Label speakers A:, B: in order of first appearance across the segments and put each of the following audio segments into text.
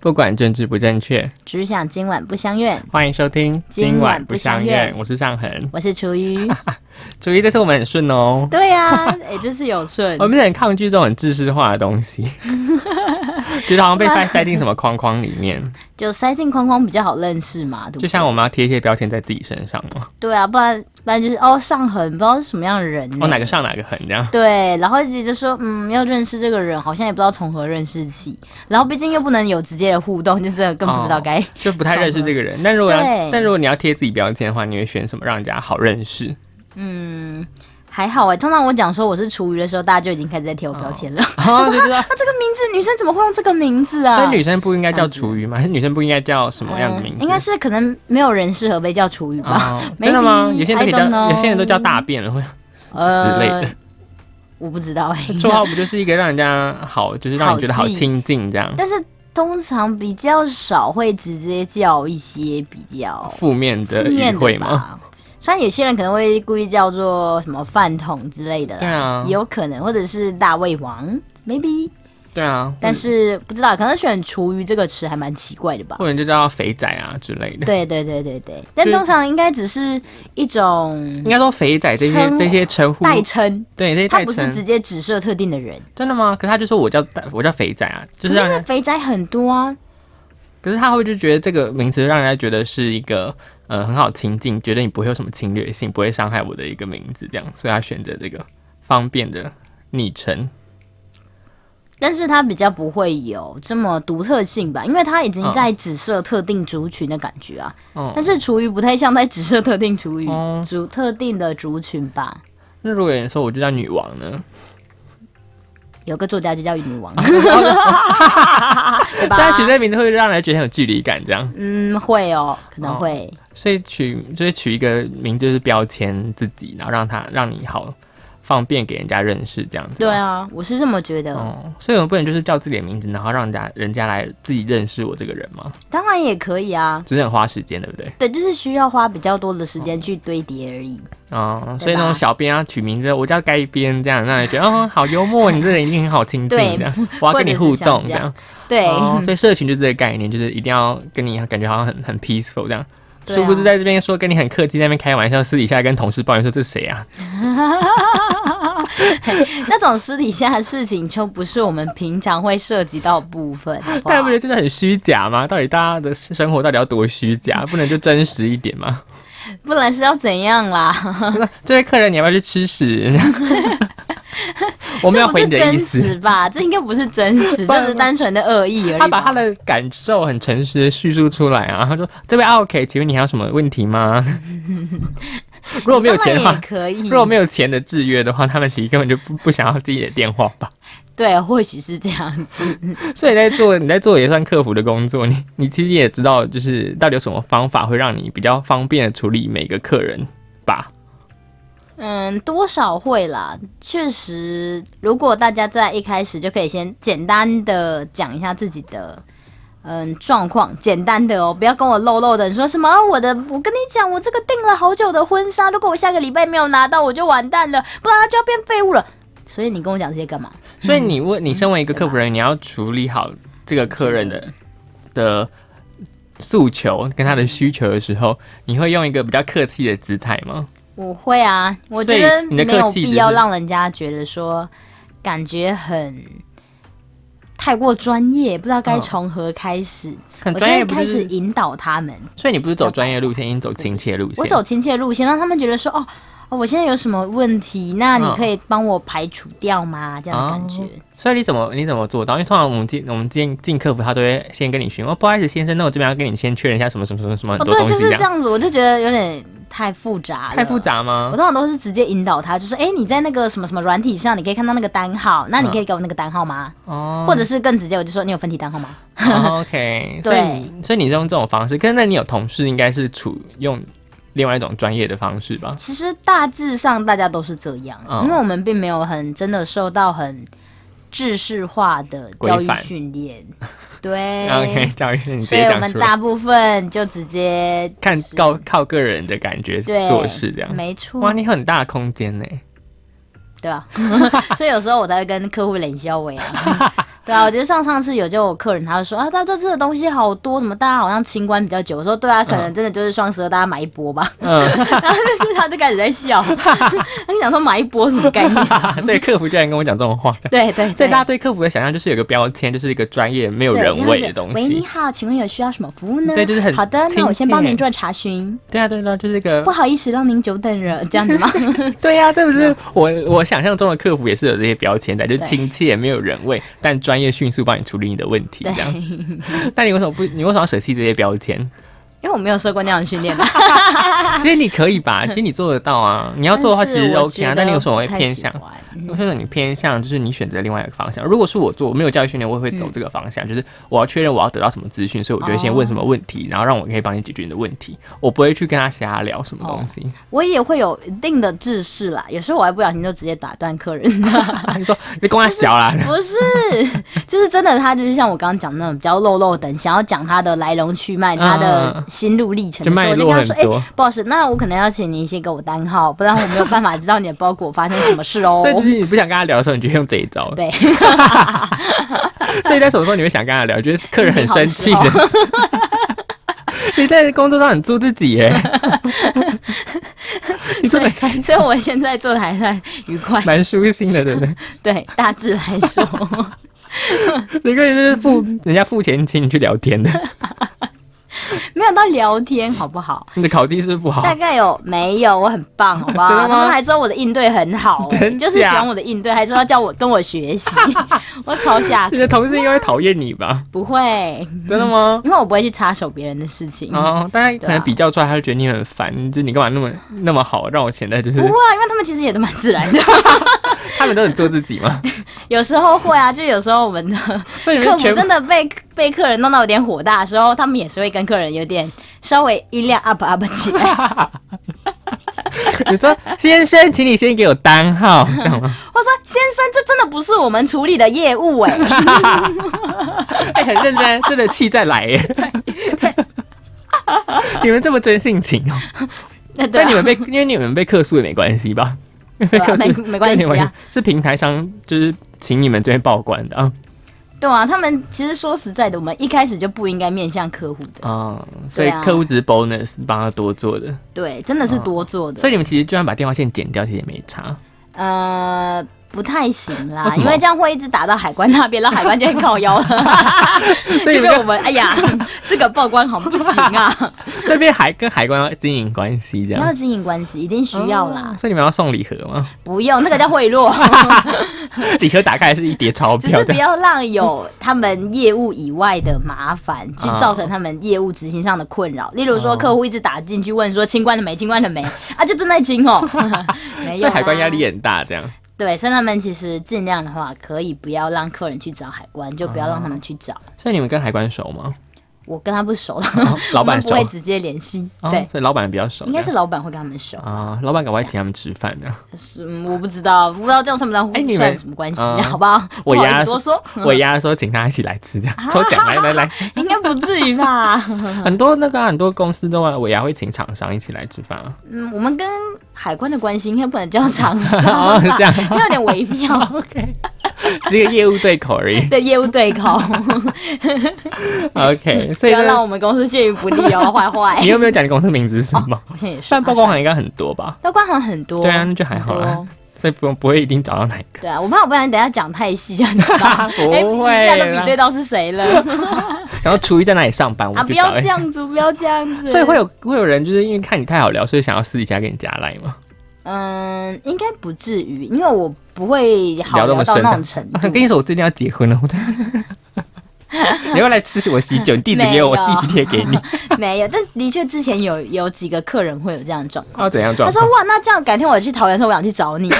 A: 不管政治不正确，
B: 只想今晚不相怨。
A: 欢迎收听《
B: 今晚不相怨
A: 我是尚恒。
B: 我是 厨余，
A: 注意，这次我们很顺哦。
B: 对呀、啊，哎、这是有顺
A: 我，们很抗拒这种很知识化的东西， 觉得好像被塞塞进什么框框里 面，
B: 就塞进框框比较好认识嘛，对不对？
A: 就像我们要贴一些标签在自己身上哦嘛，
B: 对啊，不然不然就是哦上痕，不知道是什么样的人、
A: 哦，哪个？上哪个横这 样。
B: 对，然后一直就说嗯，要认识这个人，好像也不知道从何认识起，然后毕竟又不能有直接的互动，就真的更不
A: 哦
B: 知道该、
A: 就不太认识这个人，但如果要
B: 对
A: 但如果你要贴自己标签的话，你会选什么让人家好认识？
B: 嗯。还好哎、通常我讲说我是厨余的时候，大家就已经开始在贴我标签了。
A: 哦，就知道。
B: 啊，这个名字女生怎么会用这个名字啊？
A: 所以女生不应该叫厨余吗？还是女生不应该叫什么样的名字？
B: 嗯
A: 啊
B: 应该是可能没有人适合被叫厨余吧，
A: 哦，真的吗？
B: Maybe，
A: 有些人都可以
B: I don't
A: 叫，
B: know
A: 有些人都叫大便了，会
B: 呃
A: 哦之类的。
B: 我不知道哎、
A: 绰号不就是一个让人家好，就是让你觉得好
B: 好记
A: 亲近这样？
B: 但是通常比较少会直接叫一些比较
A: 负面的呃
B: 负
A: 语
B: 面
A: 汇
B: 的
A: 吗？
B: 吧。虽然有些人可能会故意叫做什么饭桶之类的啦，
A: 对啊
B: 也有可能，或者是大胃王，maybe，
A: 对啊，
B: 但是不知道，可能选“厨余”这个词还蛮奇怪的吧
A: 或。者就叫肥仔啊之类的。
B: 对对对对对，但
A: 就
B: 通常应该只是一种
A: 应该说肥仔这些
B: 称
A: 这些称呼，
B: 代称，
A: 对这些
B: 它
A: 代
B: 不是
A: 称，
B: 直接指涉特定的人。
A: 真的吗？可是他就说我叫大我叫肥仔啊，就
B: 可
A: 是
B: 是
A: 让
B: 因为
A: 人，
B: 肥宅很多啊，
A: 可是他会就觉得这个名词让人家觉得是一个。呃，很好亲近，觉得你不会有什么侵略性，不会伤害我的一个名字，这样，所以他选择这个方便的昵称。
B: 但是它比较不会有这么独特性吧，因为它已经在指涉特定族群的感觉啊。
A: 嗯
B: 但是厨余不太像在指涉特定厨余
A: 哦
B: 族、特定的族群吧。
A: 那如果有人说我就叫女王呢？
B: 有个作家就叫女
A: 啊
B: 王，对啊
A: 虽然取这
B: 吧？
A: 个名字会让人觉得很有距离感，这样，
B: 嗯，会哦，可能会。
A: 所以取就是取一个名字就是标签自己，然后让他让你好方便给人家认识这样子。
B: 对。啊，我是这么觉得。
A: 哦，所以我们不能就是叫自己的名字，然后让人家人家来自己认识我这个人嘛，
B: 当然也可以啊，
A: 只是很花时间，对不对？
B: 对，就是需要花比较多的时
A: 嗯
B: 间去堆叠而已。
A: 哦，所以那种小编啊取名字，我叫该编这样，让人觉得哦好幽默，你这人一定很好亲近
B: 对
A: 这样，我要跟你互动这样。
B: 对，
A: 哦，所以社群就是这个概念，就是一定要跟你感觉好像很很 peaceful 这样。
B: 对啊
A: 殊不知在这边说跟你很客气，在那边开玩笑，私底下跟同事抱怨说这谁啊？
B: 那种私底下的事情就不是我们平常会涉及到的部分。好 不好
A: 大家不觉得真的很虚假吗？到底大家的生活到底要多虚假？不能就真实一点吗？
B: 不然是要怎样啦？
A: 这位客人，你要不要去吃屎？ 我们要回你的意
B: 这不是真
A: 思。
B: 实 吧？这应该不是真实，
A: 不然
B: 这是单纯的恶意而已吧。
A: 他把他的感受很诚实的叙述出来啊，他说：“这位 OK，请问你还有什么问题 吗？”如果没有钱的
B: 当然
A: 话
B: 也，可以。
A: 如果没有钱的制约的话，他们其实根本就不不想要自己的电话吧。
B: 对，或许是这样子。
A: 所以在做你在做也算客服的工作，你你其实也知道，就是到底有什么方法会让你比较方便的处理每个客人吧？
B: 嗯，多少会啦。确实，如果大家在一开始就可以先简单的讲一下自己的。嗯，状况简单的哦，不要跟我漏漏的。你说什么？啊我的，我跟你讲，我这个订了好久的婚纱，如果我下个礼拜没有拿到，我就完蛋了，不然它就要变废物了。所以你跟我讲这些干嘛？
A: 所以你问你身为一个客服人，你要处理好这个客人的的诉求跟他的需求的时候，你会用一个比较客气的姿态吗？
B: 我会啊，我
A: 所以
B: 觉得
A: 你的
B: 没
A: 客
B: 有
A: 气只
B: 必
A: 是
B: 要让人家觉得说感觉很太过专业，不知道该
A: 嗯
B: 从何开始。
A: 很
B: 我
A: 专业
B: 先
A: 不
B: 开始
A: 是？
B: 引导他们，
A: 所以你不是走专业路线，你走亲切路线。
B: 我走亲切路线，让他们觉得说哦。哦我现在有什么问题？那你
A: 嗯
B: 可以帮我排除掉吗？这样的感觉，
A: 哦所以你怎么你怎么做到？因为通常我们进我们进进客服，他都会先跟你询问，哦，不好意思，先生，那我这边要跟你先确认一下什么什么什么什么很
B: 哦，
A: 多
B: 对，
A: 东
B: 就
A: 西
B: 是
A: 这
B: 这
A: 样。
B: 样子，啊我就觉得有点太复杂了，
A: 太复。杂吗
B: 我？通常都是直接引导他，就是哎、诶你在那个什么什么软体上，你可以看到那个单号，那
A: 嗯
B: 你可以给我那个单号吗？
A: 哦
B: 或者是更直接，我就说你有分体单号吗？
A: 哦 OK，所以你所以你是用这种方式，可是那你有同事应该是处用另外一种专业的方式吧？
B: 其实大致上大家都是这样，
A: 嗯
B: 因为我们并没有很真的受到很制式化的教
A: 规
B: 育
A: 范
B: 训练，对
A: OK，教育是你直
B: 所以
A: 接
B: 我
A: 讲
B: 们
A: 出来，
B: 大部分就直接
A: 看
B: 是
A: 靠靠个人的感觉
B: 对
A: 做事这样。
B: 没错，
A: 哇，你很大的空 间呢。
B: 对啊，所以有时候我才会跟客户冷笑话啊， 对啊，我觉得上上次有就有客人，他就说啊，他这次的东西好多，怎么大家好像清关比较久？我说对啊，可能真的就是双十二大家买一波吧。
A: 嗯，
B: 然后就是他就开始在笑， 他想说买一波什么 概念？
A: 所以客服居然跟我讲这种话，
B: 啊对对
A: 所
B: 对，
A: 以大家对客服的想象就是有个标签，就是一个专业没有
B: 对
A: 人
B: 就是
A: 味的东
B: 喂，你
A: 西。
B: 好，请问有需要什么服务呢？
A: 对就是很
B: 好的，那我
A: 亲
B: 先
A: 切
B: 帮您做查询。
A: 对啊，对啊，就是一个
B: 不好意思，让您久等了，这样子 吗？
A: 对呀、这不是我我想象中的客服也是有这些标签在，就是亲切没有人味，但专业迅速帮你处理你的问题这样。 那你为什么不？你为什么要舍弃这些标签？
B: 因为我没有受过那样的训练嘛。
A: 其实你可以 吧，其实你做得到啊。 你要做的话，其实 OK 啊。但你有什么会偏向？我觉得你偏向就是你选择另外一个方向。如果是我做，我没有教育训练，我也会
B: 嗯
A: 走这个方向，就是我要确认我要得到什么资讯，所以我就会先问
B: 哦
A: 什么问题，然后让我可以帮你解决你的问题。我不会去跟他瞎聊什么
B: 哦
A: 东西。
B: 我也会有一定的制式啦，有时候我还不小心就直接打断客人。
A: 你说你跟他小啊啦，
B: 不是，就是真的，他就是像我刚刚讲的那种比较漏漏等，想要讲他的来龙去脉，他的心路历程
A: 嗯就
B: 的时
A: 脉
B: 候，我就
A: 络
B: 跟
A: 很
B: 他说：“哎、
A: 多。
B: 不好意思，那我可能要请你先给我单号，不然我没有办法知道你的包裹发生什么事哦。
A: 所以其实你不想跟他聊的时候，你就用这一招。
B: 对，
A: 所以在什么时候你会想跟他聊？就是客人很生气
B: 心情
A: 的。 你在工作上很做自己耶， 你做的开
B: 所
A: 心
B: 以，我现在做的还算愉快。
A: 蛮舒心的，对不对？
B: 对，大致来 说，
A: 你可以就是付人家付钱请你去聊天的，
B: 没有到聊天，好不好？
A: 你的考绩是不是不
B: 大
A: 好？
B: 概有没有？我很棒，好不好？
A: 真的吗
B: 他们还说我的应对很好、哦，
A: 真假
B: 就是喜欢我的应对，还说要叫我跟我 学习，我超下
A: 你的同事应该会讨厌你吧？
B: 不会，
A: 真的吗？
B: 因为我不会去插手别人的事情。
A: 哦，大
B: 啊
A: 家可能比较出来，他就觉得你很烦，就你干嘛那么那么好，让我显得 就是
B: 不会啊，因为他们其实也都蛮自然 的。
A: 他们都很做自己 嘛。
B: 有时候会啊，就有时候我们的
A: 所以你
B: 客
A: 们
B: 服
A: 全部
B: 真的被被客人弄到有点火大的时候，他们也是会跟客人有点稍微音量 up up 起来，
A: 你说先生，请你先给我单号，这样 吗？
B: 或者说先生，这真的不是我们处理的业 务哎、
A: 哎、很认真，真的气再来耶。 你们这么真性情哦、
B: 那对、
A: 但
B: 啊
A: 你，们被因为你们被客诉也没关系吧？被
B: 对啊
A: 客诉
B: 没没关系啊
A: 对你们是平台商就是请你们这边报关的啊
B: 对啊，他们其实说实在的，我们一开始就不应该面向客户的，
A: 啊、所以
B: 对啊
A: 客户只是 bonus 帮他多做的，
B: 对，啊真的是多做的，
A: 哦所以你们其实就算把电话线剪掉，其实也没 差。
B: 呃。不太行
A: 为
B: 啦，
A: 什么
B: 因为这样会一直打到海关那边，然后海关就会靠腰了。
A: 所以
B: 这
A: 你们
B: 个我
A: 就
B: 们哎呀，这个曝光好像不行啊。
A: 这边还跟海关要经营关系这
B: 要
A: 样。
B: 经营关系，一定需要啦
A: 哦，所以你们要送礼盒吗？
B: 不用那个叫贿赂，
A: 礼盒打开是一叠钞
B: 只是
A: 票
B: 不
A: 的，
B: 要让有他们业务以外的麻烦去造成他们业务执行上的困扰。例如
A: 啊哦
B: 说，客户一直打进去问说清关了没，清关了没 啊，就正在清 哦，没有啊
A: 所
B: 啦
A: 以海关压力很大这样。
B: 对，所以他们其实尽量的话，可以不要让客人去找海关，就
A: 哦
B: 不要让他们去找。
A: 所以你们跟海关熟 吗？
B: 我跟他不熟，
A: 哦 老板
B: 我们
A: 熟
B: 不，会直接联系，
A: 哦
B: 对，
A: 所以老板比较熟，
B: 应该
A: 这
B: 是
A: 样
B: 老板会跟他们熟。
A: 啊，老板赶快请他们吃饭 呢。
B: 是嗯，我不知道，不知道这样算不算
A: 哎你们
B: 算什么关系，
A: 嗯
B: 好不好？
A: 我
B: 不好意
A: 压
B: 思多说。
A: 我丫说请他一起来吃，这
B: 啊
A: 样抽奖来来来，
B: 应该不至于吧？
A: 很多那个啊、很多公司都会，我丫会请厂商一起来吃饭啊。
B: 嗯，我们跟海关的关系应该不能叫厂商
A: 哦
B: 吧，
A: 这样
B: 因为有点微妙
A: OK，只是个业务对口而已。
B: 的业务 对 口，
A: OK，
B: 不
A: 所以
B: 要让
A: 呢，
B: 我们公司陷于不利哦，坏坏
A: 你。有没有讲你公司名字是什么？
B: 我现在也是
A: 但
B: 啊，
A: 曝光行应该很多吧？
B: 算曝光好像很多，
A: 对啊，那就还好
B: 很
A: 啦
B: 多。
A: 所以不用不会一定找到哪一个。，
B: 对啊，我怕我不然等一下讲太细，这样你知道
A: 不会
B: 哎一下都比对
A: 啦。
B: 到是 谁了
A: 然后厨艺在哪里上班，我
B: 啊！
A: 们
B: 不
A: 就
B: 要
A: 找
B: 这
A: 一下。
B: 样子，不要这样子。
A: 所以会有会有人就是因为看你太好聊，所以想要私底下跟你加赖吗？
B: 嗯，应该不至于，因为我不会好
A: 聊那么
B: 聊到
A: 深
B: 那
A: 啊
B: 种程
A: 我
B: 度
A: 跟。你说，我最近要结婚了，我的。 你要不要来吃我喜酒？你地址给我，我
B: 没有
A: 寄喜帖给你。
B: 没有，但的确之前有有几个客人会有这样的状况。
A: 要哦怎样
B: 他
A: 状
B: 说
A: 况？
B: 哇，那这样改天我去桃园的时候，我想去找你。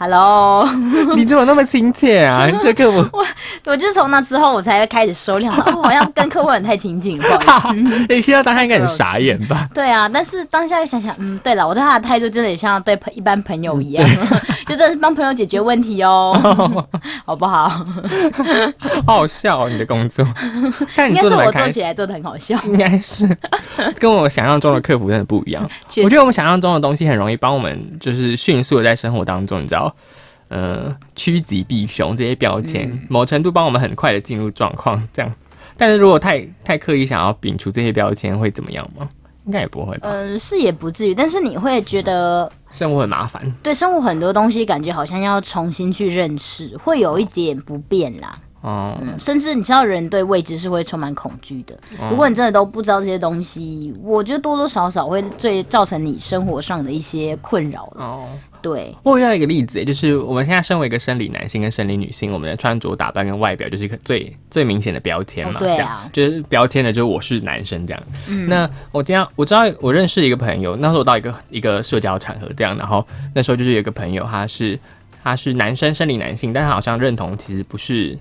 B: Hello，
A: 你怎么那么亲切啊？ 你这客服，
B: 我就是从那之后我才开始收敛，哦，我好像跟客户很太亲近，不好意思。
A: 你听到当下应该很傻眼 吧？
B: 对啊，但是当下又想想，嗯，对了，我对他的态度真的也像对朋一般朋友一样， 就真的是帮朋友解决问题 哦，好不好？
A: 好好笑哦，你的工 作，看你
B: 应该
A: 做
B: 是
A: 的蛮
B: 我做
A: 开
B: 起来做的很好笑，
A: 应该是跟我想象中的客服真的不一样。
B: 确
A: 我觉
B: 实
A: 得我们想象中的东西很容易帮我们，就是迅速的在生活当中，你知道，呃趋吉避凶这些标签，
B: 嗯
A: 某程度帮我们很快的进入状况这样。但是如果太太刻意想要摒除这些标签，会怎么样吗？应该也不会吧。
B: 嗯、是也不至于，但是你会觉得
A: 生活很麻烦，
B: 对生活很多东西感觉好像要重新去认识，会有一点不便啦。
A: 哦、
B: 嗯，甚至你知道人对未知是会充满恐惧的。
A: 哦
B: 如果你真的都不知道这些东西，我觉得多多少少会最造成你生活上的一些困扰了。
A: 哦。
B: 对，
A: 我遇到一个例子，就是我们现在身为一个生理男性跟生理女性，我们的穿着打扮跟外表就是一个最最明显的标签嘛，
B: 哦对啊嗯
A: 这样就是标签的就是我是男生这样。那我今天我知道我认识一个朋友，那时候我到一个一个社交场合这样，然后那时候就是有一个朋友，他是他是男生生理男性，但他好像认同其实不是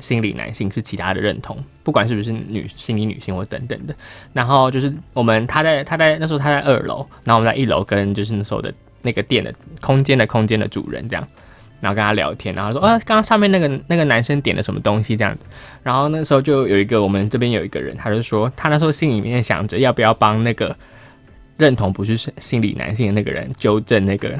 A: 心理男性，是其他的认同，不管是不是女心理女性或等等的。然后就是我们他在他在那时候他在二楼，然后我们在一楼跟就是那时候的那个店的空间的空间的主人这样，然后跟他聊天，然后说啊，刚刚上面那个那个男生点了什么东西这样子，然后那时候就有一个我们这边有一个人，他就说他那时候心里面想着要不要帮那个认同不是心理男性的那个人纠正那个。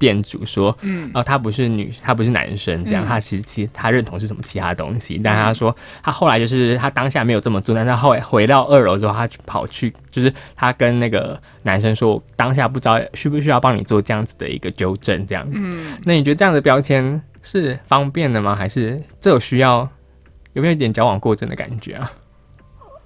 A: 店主说：“嗯，哦，他不是女，他不是男生，这样，他其实其他认同是什么其他东西，但他说他后来就是他当下没有这么做，但他后来回到二楼之后，他去跑去，就是他跟那个男生说，我当下不知道需不需要帮你做这样子的一个纠正，这样子。
B: 嗯
A: 那你觉得这样的标签是方便的吗？还是这有需要？有没有一点矫枉过正的感觉啊？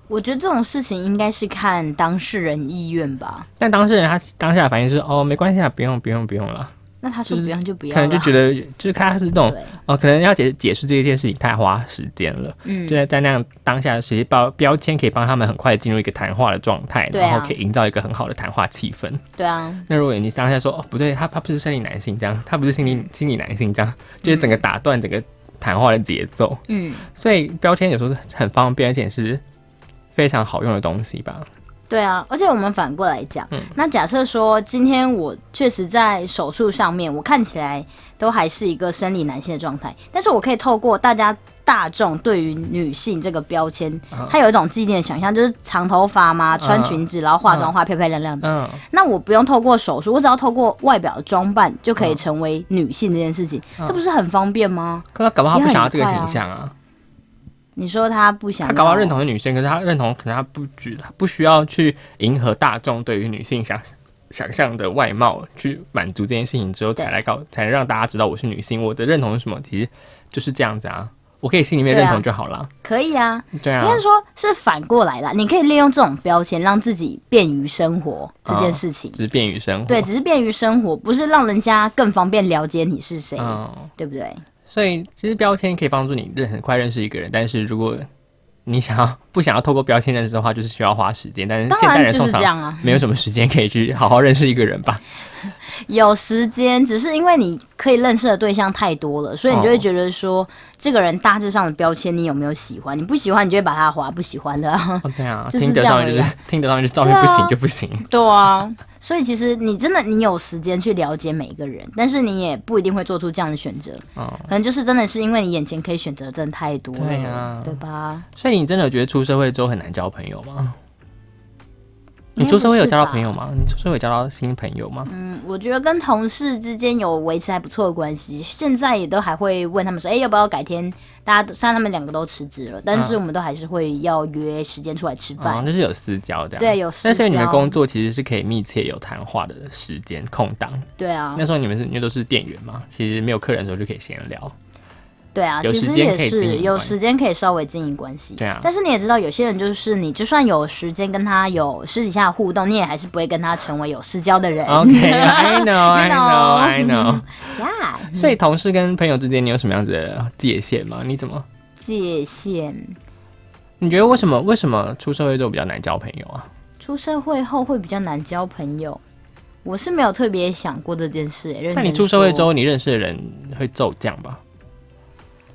B: 我觉得这种事情应该是看当事人意愿吧。
A: 但当事人他当下的反应是哦，没关系啊，不用不用不用了，
B: 那他说
A: 就是
B: 不要就不要
A: 可
B: 啦，
A: 能就觉得就是看他是那种
B: 对，
A: 哦，可能要解解释这一件事情太花时间了。
B: 嗯
A: 就在在那样当下，其实标标签可以帮他们很快地进入一个谈话的状态，
B: 对啊
A: 然后可以营造一个很好的谈话气氛。
B: 对啊，
A: 那如果你当下说哦不对，他他不是生理男性这样，他不是心
B: 嗯
A: 理心理男性这样，就是整个打断整个谈话的节奏。
B: 嗯，
A: 所以标签有时候是很方便，而且是非常好用的东西吧。
B: 对啊，而且我们反过来讲，
A: 嗯
B: 那假设说今天我确实在手术上面，我看起来都还是一个生理男性的状态，但是我可以透过大家大众对于女性这个标签，
A: 啊
B: 它有一种既定的想象，就是长头发嘛，穿裙子，然后化妆化漂漂亮亮的。
A: 嗯，
B: 那我不用透过手术，我只要透过外表的装扮就
A: 嗯
B: 可以成为女性这件事情，这不是很方便吗？
A: 可他搞不好他
B: 也
A: 不
B: 很
A: 想要这个
B: 快啊
A: 形象啊，
B: 你说他不想，
A: 他搞不好认，同是女生，可是他认同可能他不觉他不需要去迎合大众对于女性想想象的外貌去满足这件事情之后，
B: 对
A: 才来搞才让大家知道我是女性，我的认同是什么，其实就是这样子啊，我可以心里面认
B: 对
A: 同
B: 啊
A: 就好了，
B: 可以啊，
A: 对啊
B: 应该，是说是反过来啦，你可以利用这种标签让自己便于生活这
A: 啊
B: 件事情。
A: 只是便于生活，
B: 对，，只是便于生活，不是让人家更方便了解你是谁，
A: 嗯，
B: 对不对？
A: 所以其实标签可以帮助你认很快认识一个人，但是如果你想要不想要透过标签认识的话，就是需要花时间，但是
B: 当
A: 现代
B: 然
A: 人
B: 就
A: 通
B: 是这
A: 常
B: 样啊，
A: 没有什么时间可以去好好认识一个人 吧。
B: 有时间，只是因为你可以认识的对象太多了，所以你
A: 哦
B: 就会觉得说，这个人大致上的标签你有没有喜欢？你不喜欢，你就会把他划不喜欢的、啊。
A: 哦，对 啊，
B: 就是
A: 听得
B: 这样
A: 上面就
B: 而已
A: 是听得上面就是照片不
B: 对
A: 行
B: 啊
A: 就不行。
B: 对啊，所以其实你真的你有时间去了解每一个人，但是你也不一定会做出这样的选择，
A: 哦
B: 可能就是真的是因为你眼前可以选择的真的太多了，
A: 对啊
B: 对吧？
A: 所以你真的觉得出社会之后很难交朋友吗？
B: 应该
A: 你出社会有交到
B: 不是吧
A: 朋友吗？你出社会有交到新朋友吗？
B: 嗯，我觉得跟同事之间有维持还不错的关系，现在也都还会问他们说，哎、要不要改天？大家都虽然他们两个都辞职了，但
A: 嗯
B: 是我们都还是会要约时间出来吃
A: 啊、
B: 饭。
A: 就是有私交这样。
B: 对有私交
A: 但是你们工作其实是可以密切有谈话的时间空档。
B: 对啊
A: 那，时候你们是因为都是店员嘛，其实没有客人的时候就可以闲聊。
B: 对啊，
A: 有
B: 其
A: 时
B: 实
A: 间
B: 也
A: 可以经
B: 是
A: 营
B: 有
A: 关系
B: 时间可以稍微经营关系。
A: 对啊
B: 但是你也知道，有些人就是你就算有时间跟他有私底下的互动，你也还是不会跟他成为有私交的人。
A: OK，I know，I know，I
B: You
A: know。
B: 呀，
A: 所以同事跟朋友之间，你有什么样子的界限吗？你怎么？
B: 界限。
A: 你觉得为什么为什么出社会之后比较难交朋友啊？
B: 出社会后会比较难交朋友，我是没有特别想过这件事、欸。认真
A: 但你出社会
B: 说
A: 之后，你认识的人会骤降吧？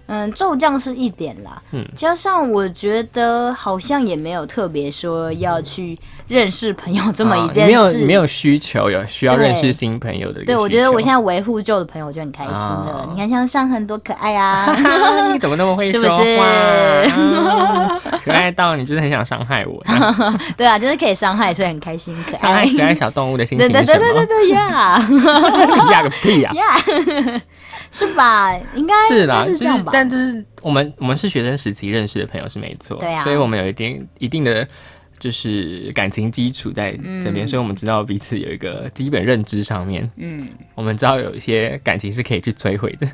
B: 嗯，骤降是一点啦，
A: 嗯
B: 加上我觉得好像也没有特别说要去认识朋友这么一件
A: 啊、没
B: 事，
A: 有没有需求，有需要
B: 对
A: 认识新朋友的一个需求。
B: 对，我觉得我现在维护旧的朋友就很开心了。
A: 啊
B: 你看，像上很多可爱啊，
A: 在 你怎么那么会
B: 是
A: 说
B: 不是
A: 话？啊 可爱到你就是很想伤害我，
B: 对啊，就是可以伤害，所以很开心，可
A: 伤害
B: 爱。
A: 可爱小动物的心情
B: 对对
A: 是
B: 对
A: 什
B: 对对
A: 么？
B: 对呀
A: 啊 你呀个屁呀、
B: 呀！是吧？应该
A: 是啦，
B: 应该
A: 就是
B: 这样
A: 是
B: 吧？
A: 但就是我们我们是学生时期认识的朋友是没错，
B: 对啊
A: 所以我们有一定一定的就是感情基础在这边，
B: 嗯
A: 所以我们知道彼此有一个基本认知上面，
B: 嗯，
A: 我们知道有一些感情是可以去摧毁的，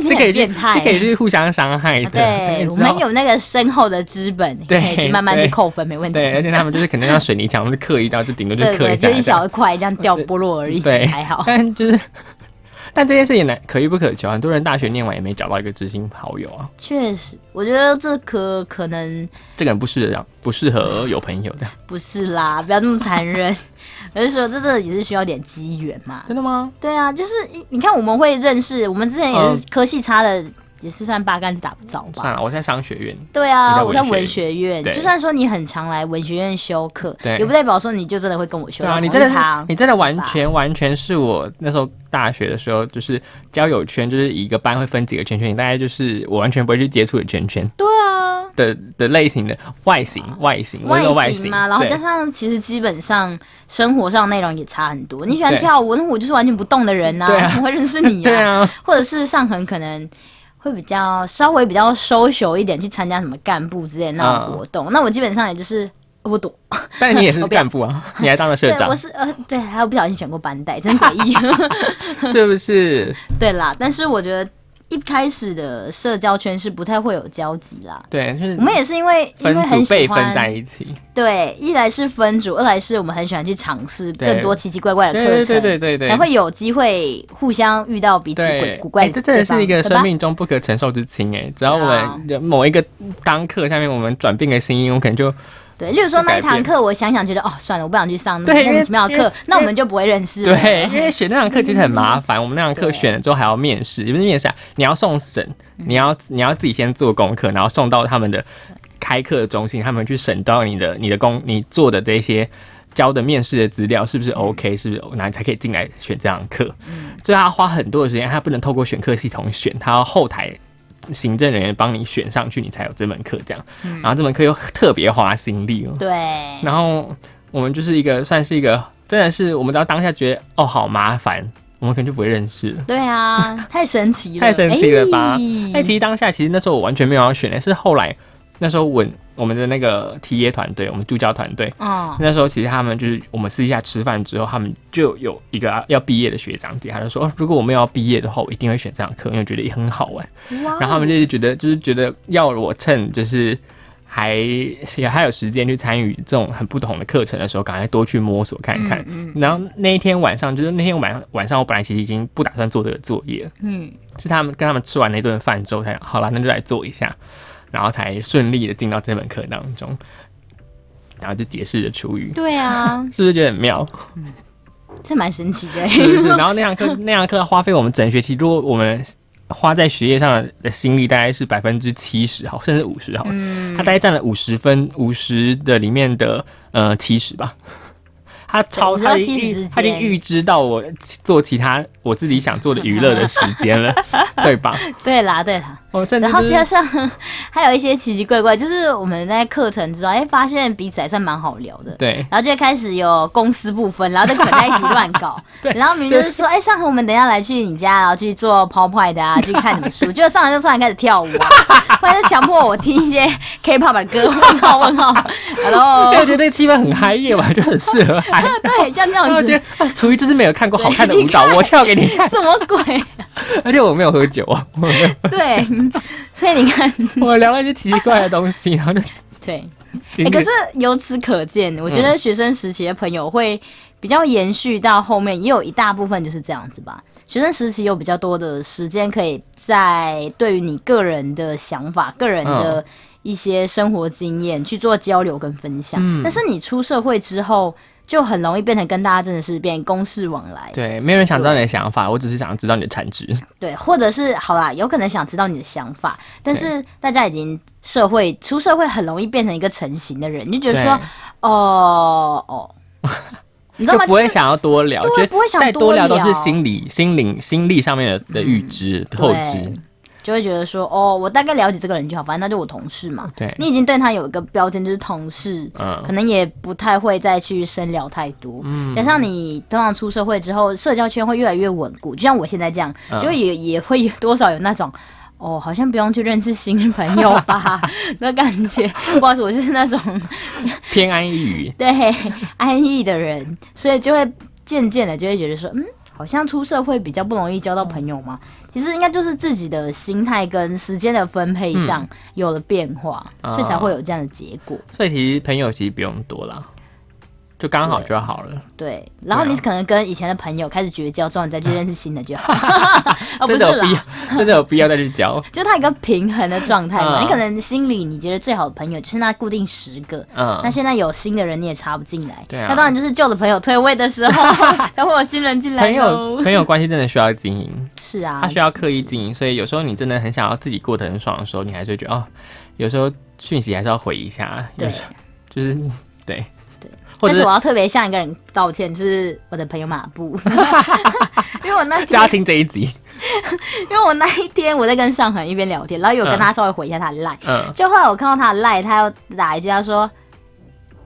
B: 你
A: 是可以
B: 很
A: 去
B: 变态啊
A: 是可以去互相伤害的，
B: 对
A: 你，
B: 我
A: 知道
B: 们有那个深厚的资本，可
A: 对
B: 以去慢慢去
A: 对
B: 扣分，没问题。
A: 对，而且他们就是可能像水泥墙，我们就刻一刀，就顶多就
B: 对
A: 刻
B: 对，
A: 一下
B: 就一
A: 这样，
B: 小块这样掉剥落而已，
A: 对
B: 还好。
A: 但就是。但这件事也难可遇不可求，啊很多人大学念完也没找到一个知心好友啊。
B: 确实，我觉得这可可能
A: 这个人不适合不适合有朋友的，
B: 不是啦，不要那么残忍。 我是说，这真的也是需要点机缘嘛。
A: 真的吗？
B: 对啊，就是你你看，我们会认识，我们之前也是科系差的，也是算八竿子打不着吧。
A: 嗯算了，我现在商学院，
B: 对
A: 你
B: 啊，
A: 在
B: 我
A: 文
B: 在
A: 学
B: 文
A: 院
B: 学院，
A: 对
B: 就算说你很常来文学院修课，
A: 对
B: 也不代表说你就真的会跟我修
A: 对
B: 到
A: 啊，
B: 同
A: 你
B: 一
A: 真的是
B: 堂。
A: 你真的完全完全是我那时候大学的时候，就是交友圈，就是一个班会分几个圈圈，你大概就是我完全不会去接触的圈圈
B: 对啊，
A: 的的类型的外形外形，我是说
B: 外
A: 形
B: 嘛，然后
A: 对
B: 加上其实基本上生活上内容也差很多。你喜欢
A: 对
B: 跳舞，那我就是完全不动的人呐、
A: 对啊
B: 怎么会认识你
A: 对啊，
B: 或者是上恒可能会比较稍微比较 social 一点，去参加什么干部之类的那种
A: 嗯
B: 活动。那我基本上也就是我躲，
A: 但你也是
B: 我不要
A: 干部啊，你还当了社
B: 对，
A: 长
B: 我，是呃，对，还有不小心选过班带，真诡异。
A: 是不是？
B: 对啦，但是我觉得一开始的社交圈是不太会有交集啦。
A: 对，就是
B: 我们也是因为因
A: 分
B: 为很
A: 组被
B: 喜
A: 分在
B: 欢，
A: 一起，
B: 对，一来是分组，二来是我们很喜欢去尝试
A: 对
B: 更多奇奇怪怪的
A: 对
B: 课程，
A: 对对对对对，
B: 才会有机会互相遇到彼此
A: 对
B: 鬼，古怪
A: 哎这
B: 的地方、
A: 真的是一个
B: 对
A: 生
B: 吧
A: 命中不可承受之轻哎、只要我
B: 对啊
A: 们有某一个当课下面我们转变个心意，我可能就
B: 对，例如说
A: 就
B: 那
A: 改
B: 一堂
A: 变
B: 课，我想想觉得哦，算了，我不想去上那
A: 对
B: 种
A: 因
B: 莫
A: 为
B: 名其妙的
A: 因为
B: 课，那我们就不会认识了。
A: 对，因为选那堂课其实很麻烦，我们那堂课
B: 对
A: 选了之后还要面试，也不是面试啊，你要送审，你要你要自己先做功课，然后送到他们的开课中心，他们去审到你的你的功你做的这些。交的面试的资料是不是 OK？、是不是那你才可以进来选这堂课？所以他花很多的时间，他不能透过选课系统选，他要后台行政人员帮你选上去，你才有这门课这样。然后这门课又特别花心力哦。
B: 对，
A: 然后我们就是一个算是一个，真的是我们只要当下觉得哦好麻烦，我们可能就不会认识了。
B: 对啊，太神奇了，
A: 太神奇了吧
B: 哎
A: 但其实当下其实那时候我完全没有要选的，是后来那时候我我们的那个 T A 团队，我们助教团队。
B: 嗯，
A: 那时候其实他们就是我们私底下吃饭之后，他们就有一个要毕业的学长姐，他就说，哦如果我们要毕业的话，我一定会选这堂课，因为觉得也很好玩。
B: 哇
A: 然后他们就是觉得，就是觉得要我趁就是还也还有时间去参与这种很不同的课程的时候，赶快多去摸索看看。
B: 嗯
A: 然后那一天晚上，就是那天晚上晚上，我本来其实已经不打算做这个作业了，
B: 嗯，
A: 是他们跟他们吃完那顿饭之后才好了，那就来做一下，然后才顺利的进到这门课当中，然后就解释着厨余，
B: 对啊，
A: 是不是觉得很妙？
B: 这蛮神奇 的。
A: 是不是？然后那堂课那堂课花费我们整学期，如果我们花在学业上的心力大概是百分之七十好，甚至五十好了，
B: 嗯
A: 它大概占了五十分五十的里面的呃七十吧。他超
B: 对50到
A: 他已经
B: 70之
A: 预
B: 间
A: 他已经预知到我其做其他我自己想做的娱乐的时间 了，对吧？
B: 对啦，对啦，
A: 我甚至
B: 然后
A: 就是
B: 加上 还有一些奇奇怪怪，就是我们在课程之后，哎，发现彼此还算蛮好聊的。
A: 对
B: 然后就会开始有公私不分，然后就捆在一起乱 搞。
A: 对
B: 然后明明就是说，哎、上回我们等一下来去你家，然后去做 PowerPoint 的 啊，去看你们书。结果上来就突然开始跳舞 啊，突然就强迫我听一些 K-pop 的歌。问号问 号
A: 因为我
B: ，Hello，
A: 觉得这个气氛很嗨，夜晚就很适合嗨。
B: 对，像这
A: 然后
B: 样
A: 我觉
B: 子
A: 得，啊，厨艺就是没有看过好看的
B: 对
A: 舞蹈，我跳给你看，
B: 什么鬼？
A: 而且我没有喝酒啊，我没有
B: 对， 所以你看，
A: 我聊了一些奇怪的东西，然后就
B: 对，哎、
A: 经历嗯
B: 可是由此可见，我觉得学生时期的朋友会比较延续到后面，也有一大部分就是这样子吧。学生时期有比较多的时间可以在对于你个人的想法、个人的
A: 嗯
B: 一些生活经验去做交流跟分享。
A: 嗯
B: 但是你出社会之后，就很容易变成跟大家真的是变公事往来，
A: 对，没有人想知道你的想法，我只是想知道你的产值。
B: 对，或者是好啦，有可能想知道你的想法，但是大家已经社会出社会，很容易变成一个成型的人，你就觉得说，哦哦， 你知道
A: 就
B: 吗？
A: 不会想要多聊，
B: 对啊
A: 觉得
B: 不会想
A: 再
B: 多
A: 多聊都是
B: 聊嗯
A: 心理、心灵、心力上面的的预知、透
B: 对
A: 支。
B: 就会觉得说，哦，我大概了解这个人就好，反正他就我同事嘛。
A: 对
B: 你已经对他有一个标签，就是同事，
A: 嗯
B: 可能也不太会再去深聊太多。
A: 嗯
B: 加上你通常出社会之后，社交圈会越来越稳固，就像我现在这样，
A: 嗯
B: 就也也会有多少有那种。哦，好像不用去认识新朋友 吧的感觉。不好意思，我就是那种
A: 偏安一隅。
B: 对安逸的人，所以就会渐渐的就会觉得说，嗯，好像出社会比较不容易交到朋友嘛。其实应该就是自己的心态跟时间的分配上有了变化，
A: 嗯啊
B: 所以才会有这样的结果。
A: 所以其实朋友其实不用多啦，就刚好就好了。
B: 对，然后
A: 对啊
B: 你可能跟以前的朋友开始绝交之后，你再去认识新的 就好。哦，不
A: 真
B: 是
A: 的有必
B: 啦，
A: 要，真的有必要再去交。
B: 就它有一个平衡的状态嘛。
A: 嗯
B: 你可能心里你觉得最好的朋友就是那固定十个，
A: 嗯
B: 那，现在有新的人你也插不进来，
A: 对啊
B: 那当然就是旧的朋友退位的时候 才会有新人进来
A: 朋友
B: 喽。
A: 朋友关系真的需要经营，
B: 是啊，
A: 他需要刻意经营，所以有时候你真的很想要自己过得很爽的时候，你还是会觉得哦，有时候讯息还是要回一下，有
B: 对
A: 时候就是对
B: 对，
A: 或
B: 但
A: 者
B: 是
A: 是
B: 我要特别向一个人道歉，就是我的朋友马 布，因为我那天
A: 家，庭这一集，
B: 因为我那一天我在跟上恒一边聊天，然后有跟他稍微回一下他的赖、
A: 嗯，
B: 就后来我看到他的赖，他又打一句，他说。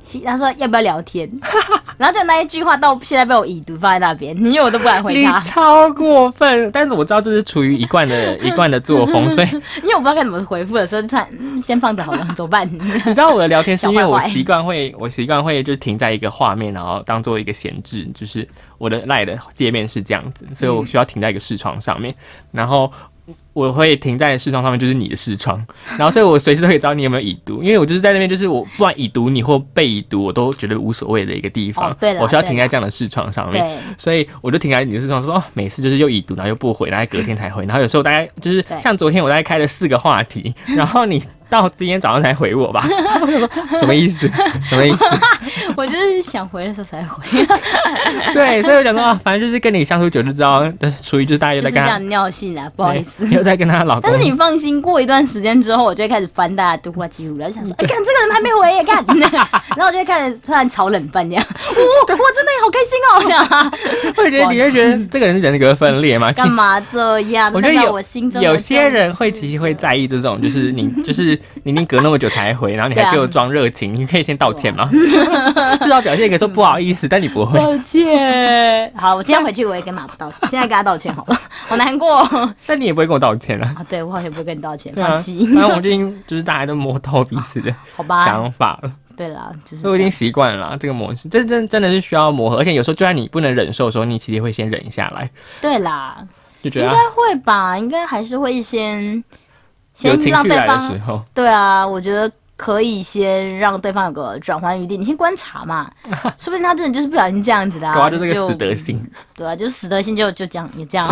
B: 西他说要不要聊天， 然后就那一句话到现在被我已读放在那边，因为我都不敢回
A: 你
B: 他，
A: 超过分，但是我知道这是处于一贯 的一贯的作风，所以
B: 因为我不知道该怎么回复的时候，就突然嗯先放着好了，怎 么办？
A: 你知道我的聊天是因为
B: 小坏
A: 我
B: 坏
A: 习惯会，我习惯会就停在一个画面，然后当做一个闲置，就是我的赖的界面是这样子，所以我需要停在一个视窗上面，然后。我会停在视窗上面，就是你的视窗，然后所以我随时都可以知道你有没有已读，因为我就是在那边，就是我不管已读你或被已读，我都觉得无所谓的一个地方。
B: 哦对啦
A: 我需要
B: 对
A: 停
B: 啦
A: 在这样的视窗上面。
B: 对，
A: 所以我就停在你的视窗说，哦，每次就是又已读，然后又不回，然后隔天才回，然后有时候大概就是
B: 对
A: 像昨天我大概开了四个话 题，然后你到今天早上才回我吧，我就说什么意思？什么意 思？
B: 我就是想回的时候 才回，
A: 对，所以我想说，啊，反正就是跟你相处久就知道，但是出于就是大家又
B: 就是
A: 在
B: 这
A: 跟她
B: 样尿性啦，不好意思
A: 对。 又在跟她老公
B: 但是你放心，过一段时间之后，我就会开始翻大家的对话记录，然后 就想说，哎、看这个人还没回耶，看， 然后我就会开始突然炒冷饭这样，哇、哇，真的好开心哦，这样 啊
A: 会觉得你会觉得这个人是人格分裂吗？
B: 干嘛这样？
A: 我觉得
B: 代表
A: 有
B: 我心中的
A: 有些人会
B: 重视
A: 其实会在意这种，就是你 就是你已经隔那么久才回，然后你
B: 对
A: 还
B: 啊
A: 给我装热情，你可以先道歉 吗？至少表现一个说不好意思，但你不会。
B: 抱歉。好，我今天回去我也跟马布道歉，现在跟他道歉 好了，好难过哦
A: 但你也不会跟我道歉 啊。
B: 啊！对我好像不会跟你道歉，
A: 对啊，
B: 放弃
A: 反，正我们就已经就是大家都摸透彼此的
B: 好啊吧？
A: 想法了，
B: 对啦，就是
A: 所以我已
B: 这
A: 经
B: 样
A: 习惯了啊这个模式。这真真的是需要磨合，而且有时候就算你不能忍受的时候，你其实会先忍下来，
B: 对啦，
A: 就觉
B: 应
A: 得啊
B: 该会吧，应该还是会先
A: 有
B: 先
A: 情
B: 让
A: 绪
B: 对
A: 来的
B: 方
A: 时候，
B: 对啊，我觉得可以先让对方有个转圜余地，你先观 察嘛，说不定他真的就是不小心这样子的、啊，
A: 搞到就这个死德性。
B: 对啊，就是死德性就就这样 也这样，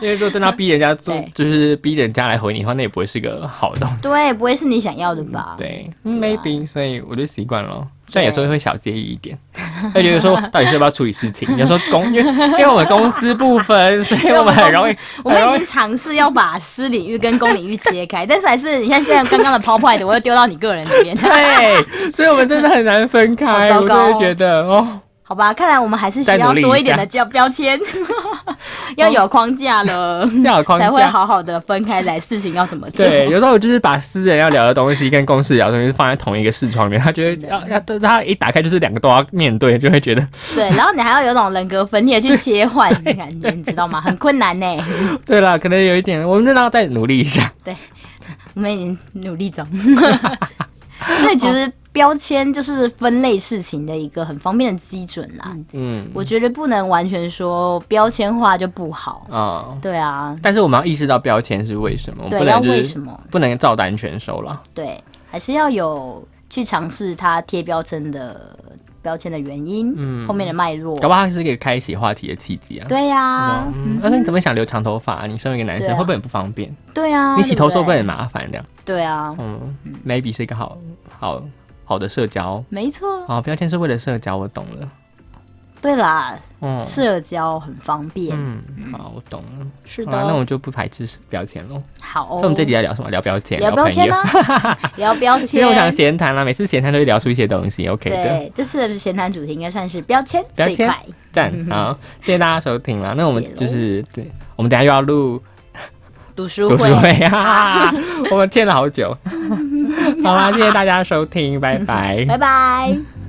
A: 因为如果真的要逼人家做
B: 对，
A: 就是逼人家来回你的话，那也不会是个好东西。
B: 对，不会是你想要的吧？，
A: 对
B: 啊
A: 嗯，maybe，所以我就习惯了。虽然有时候会小介意一点，会觉得 说到底是要不要处理事情。有时候公，因为因为我们公司不 分，所以我们很容易，
B: 我
A: 很
B: 们
A: 容
B: 已
A: 易
B: 经尝试要把私领域跟公领域切 开，但是还是你看现在刚刚的 PowerPoint，我又丢到你个人里 面。
A: 对，所以我们真的很难分开。
B: 好
A: 我就
B: 糟糕哦
A: 会觉得哦，
B: 好吧，看来我们还是需
A: 再努
B: 要
A: 力一
B: 多一点
A: 下
B: 的标标签， 要有框架了，
A: 要 有框
B: 嗯才会
A: 架。
B: 好好的分开来事情要怎么做。
A: 对，有时候我就是把私人要聊的东西跟公事聊的东西放在同一个视窗里面，他觉得要要他一打开就是两个都要面对，就会觉得
B: 对，然后你还要有种人格分裂去切换的感觉，你知道吗？很困难呢。
A: 对啦，可能有一点，我们真的要再努力一下。
B: 我们已经努 力中，所以其实标签就是分类事情的一个很方便的基准啦。
A: 嗯
B: 我觉得不能完全说标签化就不好。
A: 啊、
B: 对啊，
A: 但是我们要意识到标签是为什么，我们
B: 对
A: 不
B: 要
A: 能就
B: 为
A: 是
B: 什么
A: 不能照单全收了。
B: 对，还是要有去尝试它贴标签的标签的原因，
A: 嗯
B: 后面的脉络。
A: 搞不好它是一个开启话题的契机啊。
B: 对呀、啊，
A: 嗯，而且你怎么会想留长头发、啊？你身为一个男生、
B: 对啊
A: 会不会很不方便？
B: 对啊，
A: 你洗头
B: 对
A: 是
B: 不
A: 不是
B: 对？
A: 很麻烦？这样，
B: 对啊，
A: 嗯，maybe 是一个好好好的社交。
B: 没错。
A: 哦，标签是为了社交，我懂了。
B: 对啦，
A: 嗯
B: 社交很方便。
A: 嗯，好，我懂了。
B: 是
A: 好
B: 的，
A: 啦，那我就不排斥标签喽。
B: 好、哦，
A: 那我们这集来聊什么？聊标签，
B: 聊标
A: 朋
B: 签
A: 友。
B: 啊， 聊标
A: 因
B: 签。
A: 为我想闲谈啦，每次闲谈都会聊出一些东西，OK 的，
B: 对，这次的闲谈主题应该算是标签
A: 标
B: 这一
A: 签
B: 块。
A: 赞，好，谢谢大家收听啦。那我们
B: 谢喽
A: 就是对，我们等一下又要录
B: 读书
A: 读书会
B: 会，
A: 啊， 我们欠了好久。好啦，谢谢大家收听，拜拜。
B: 拜拜。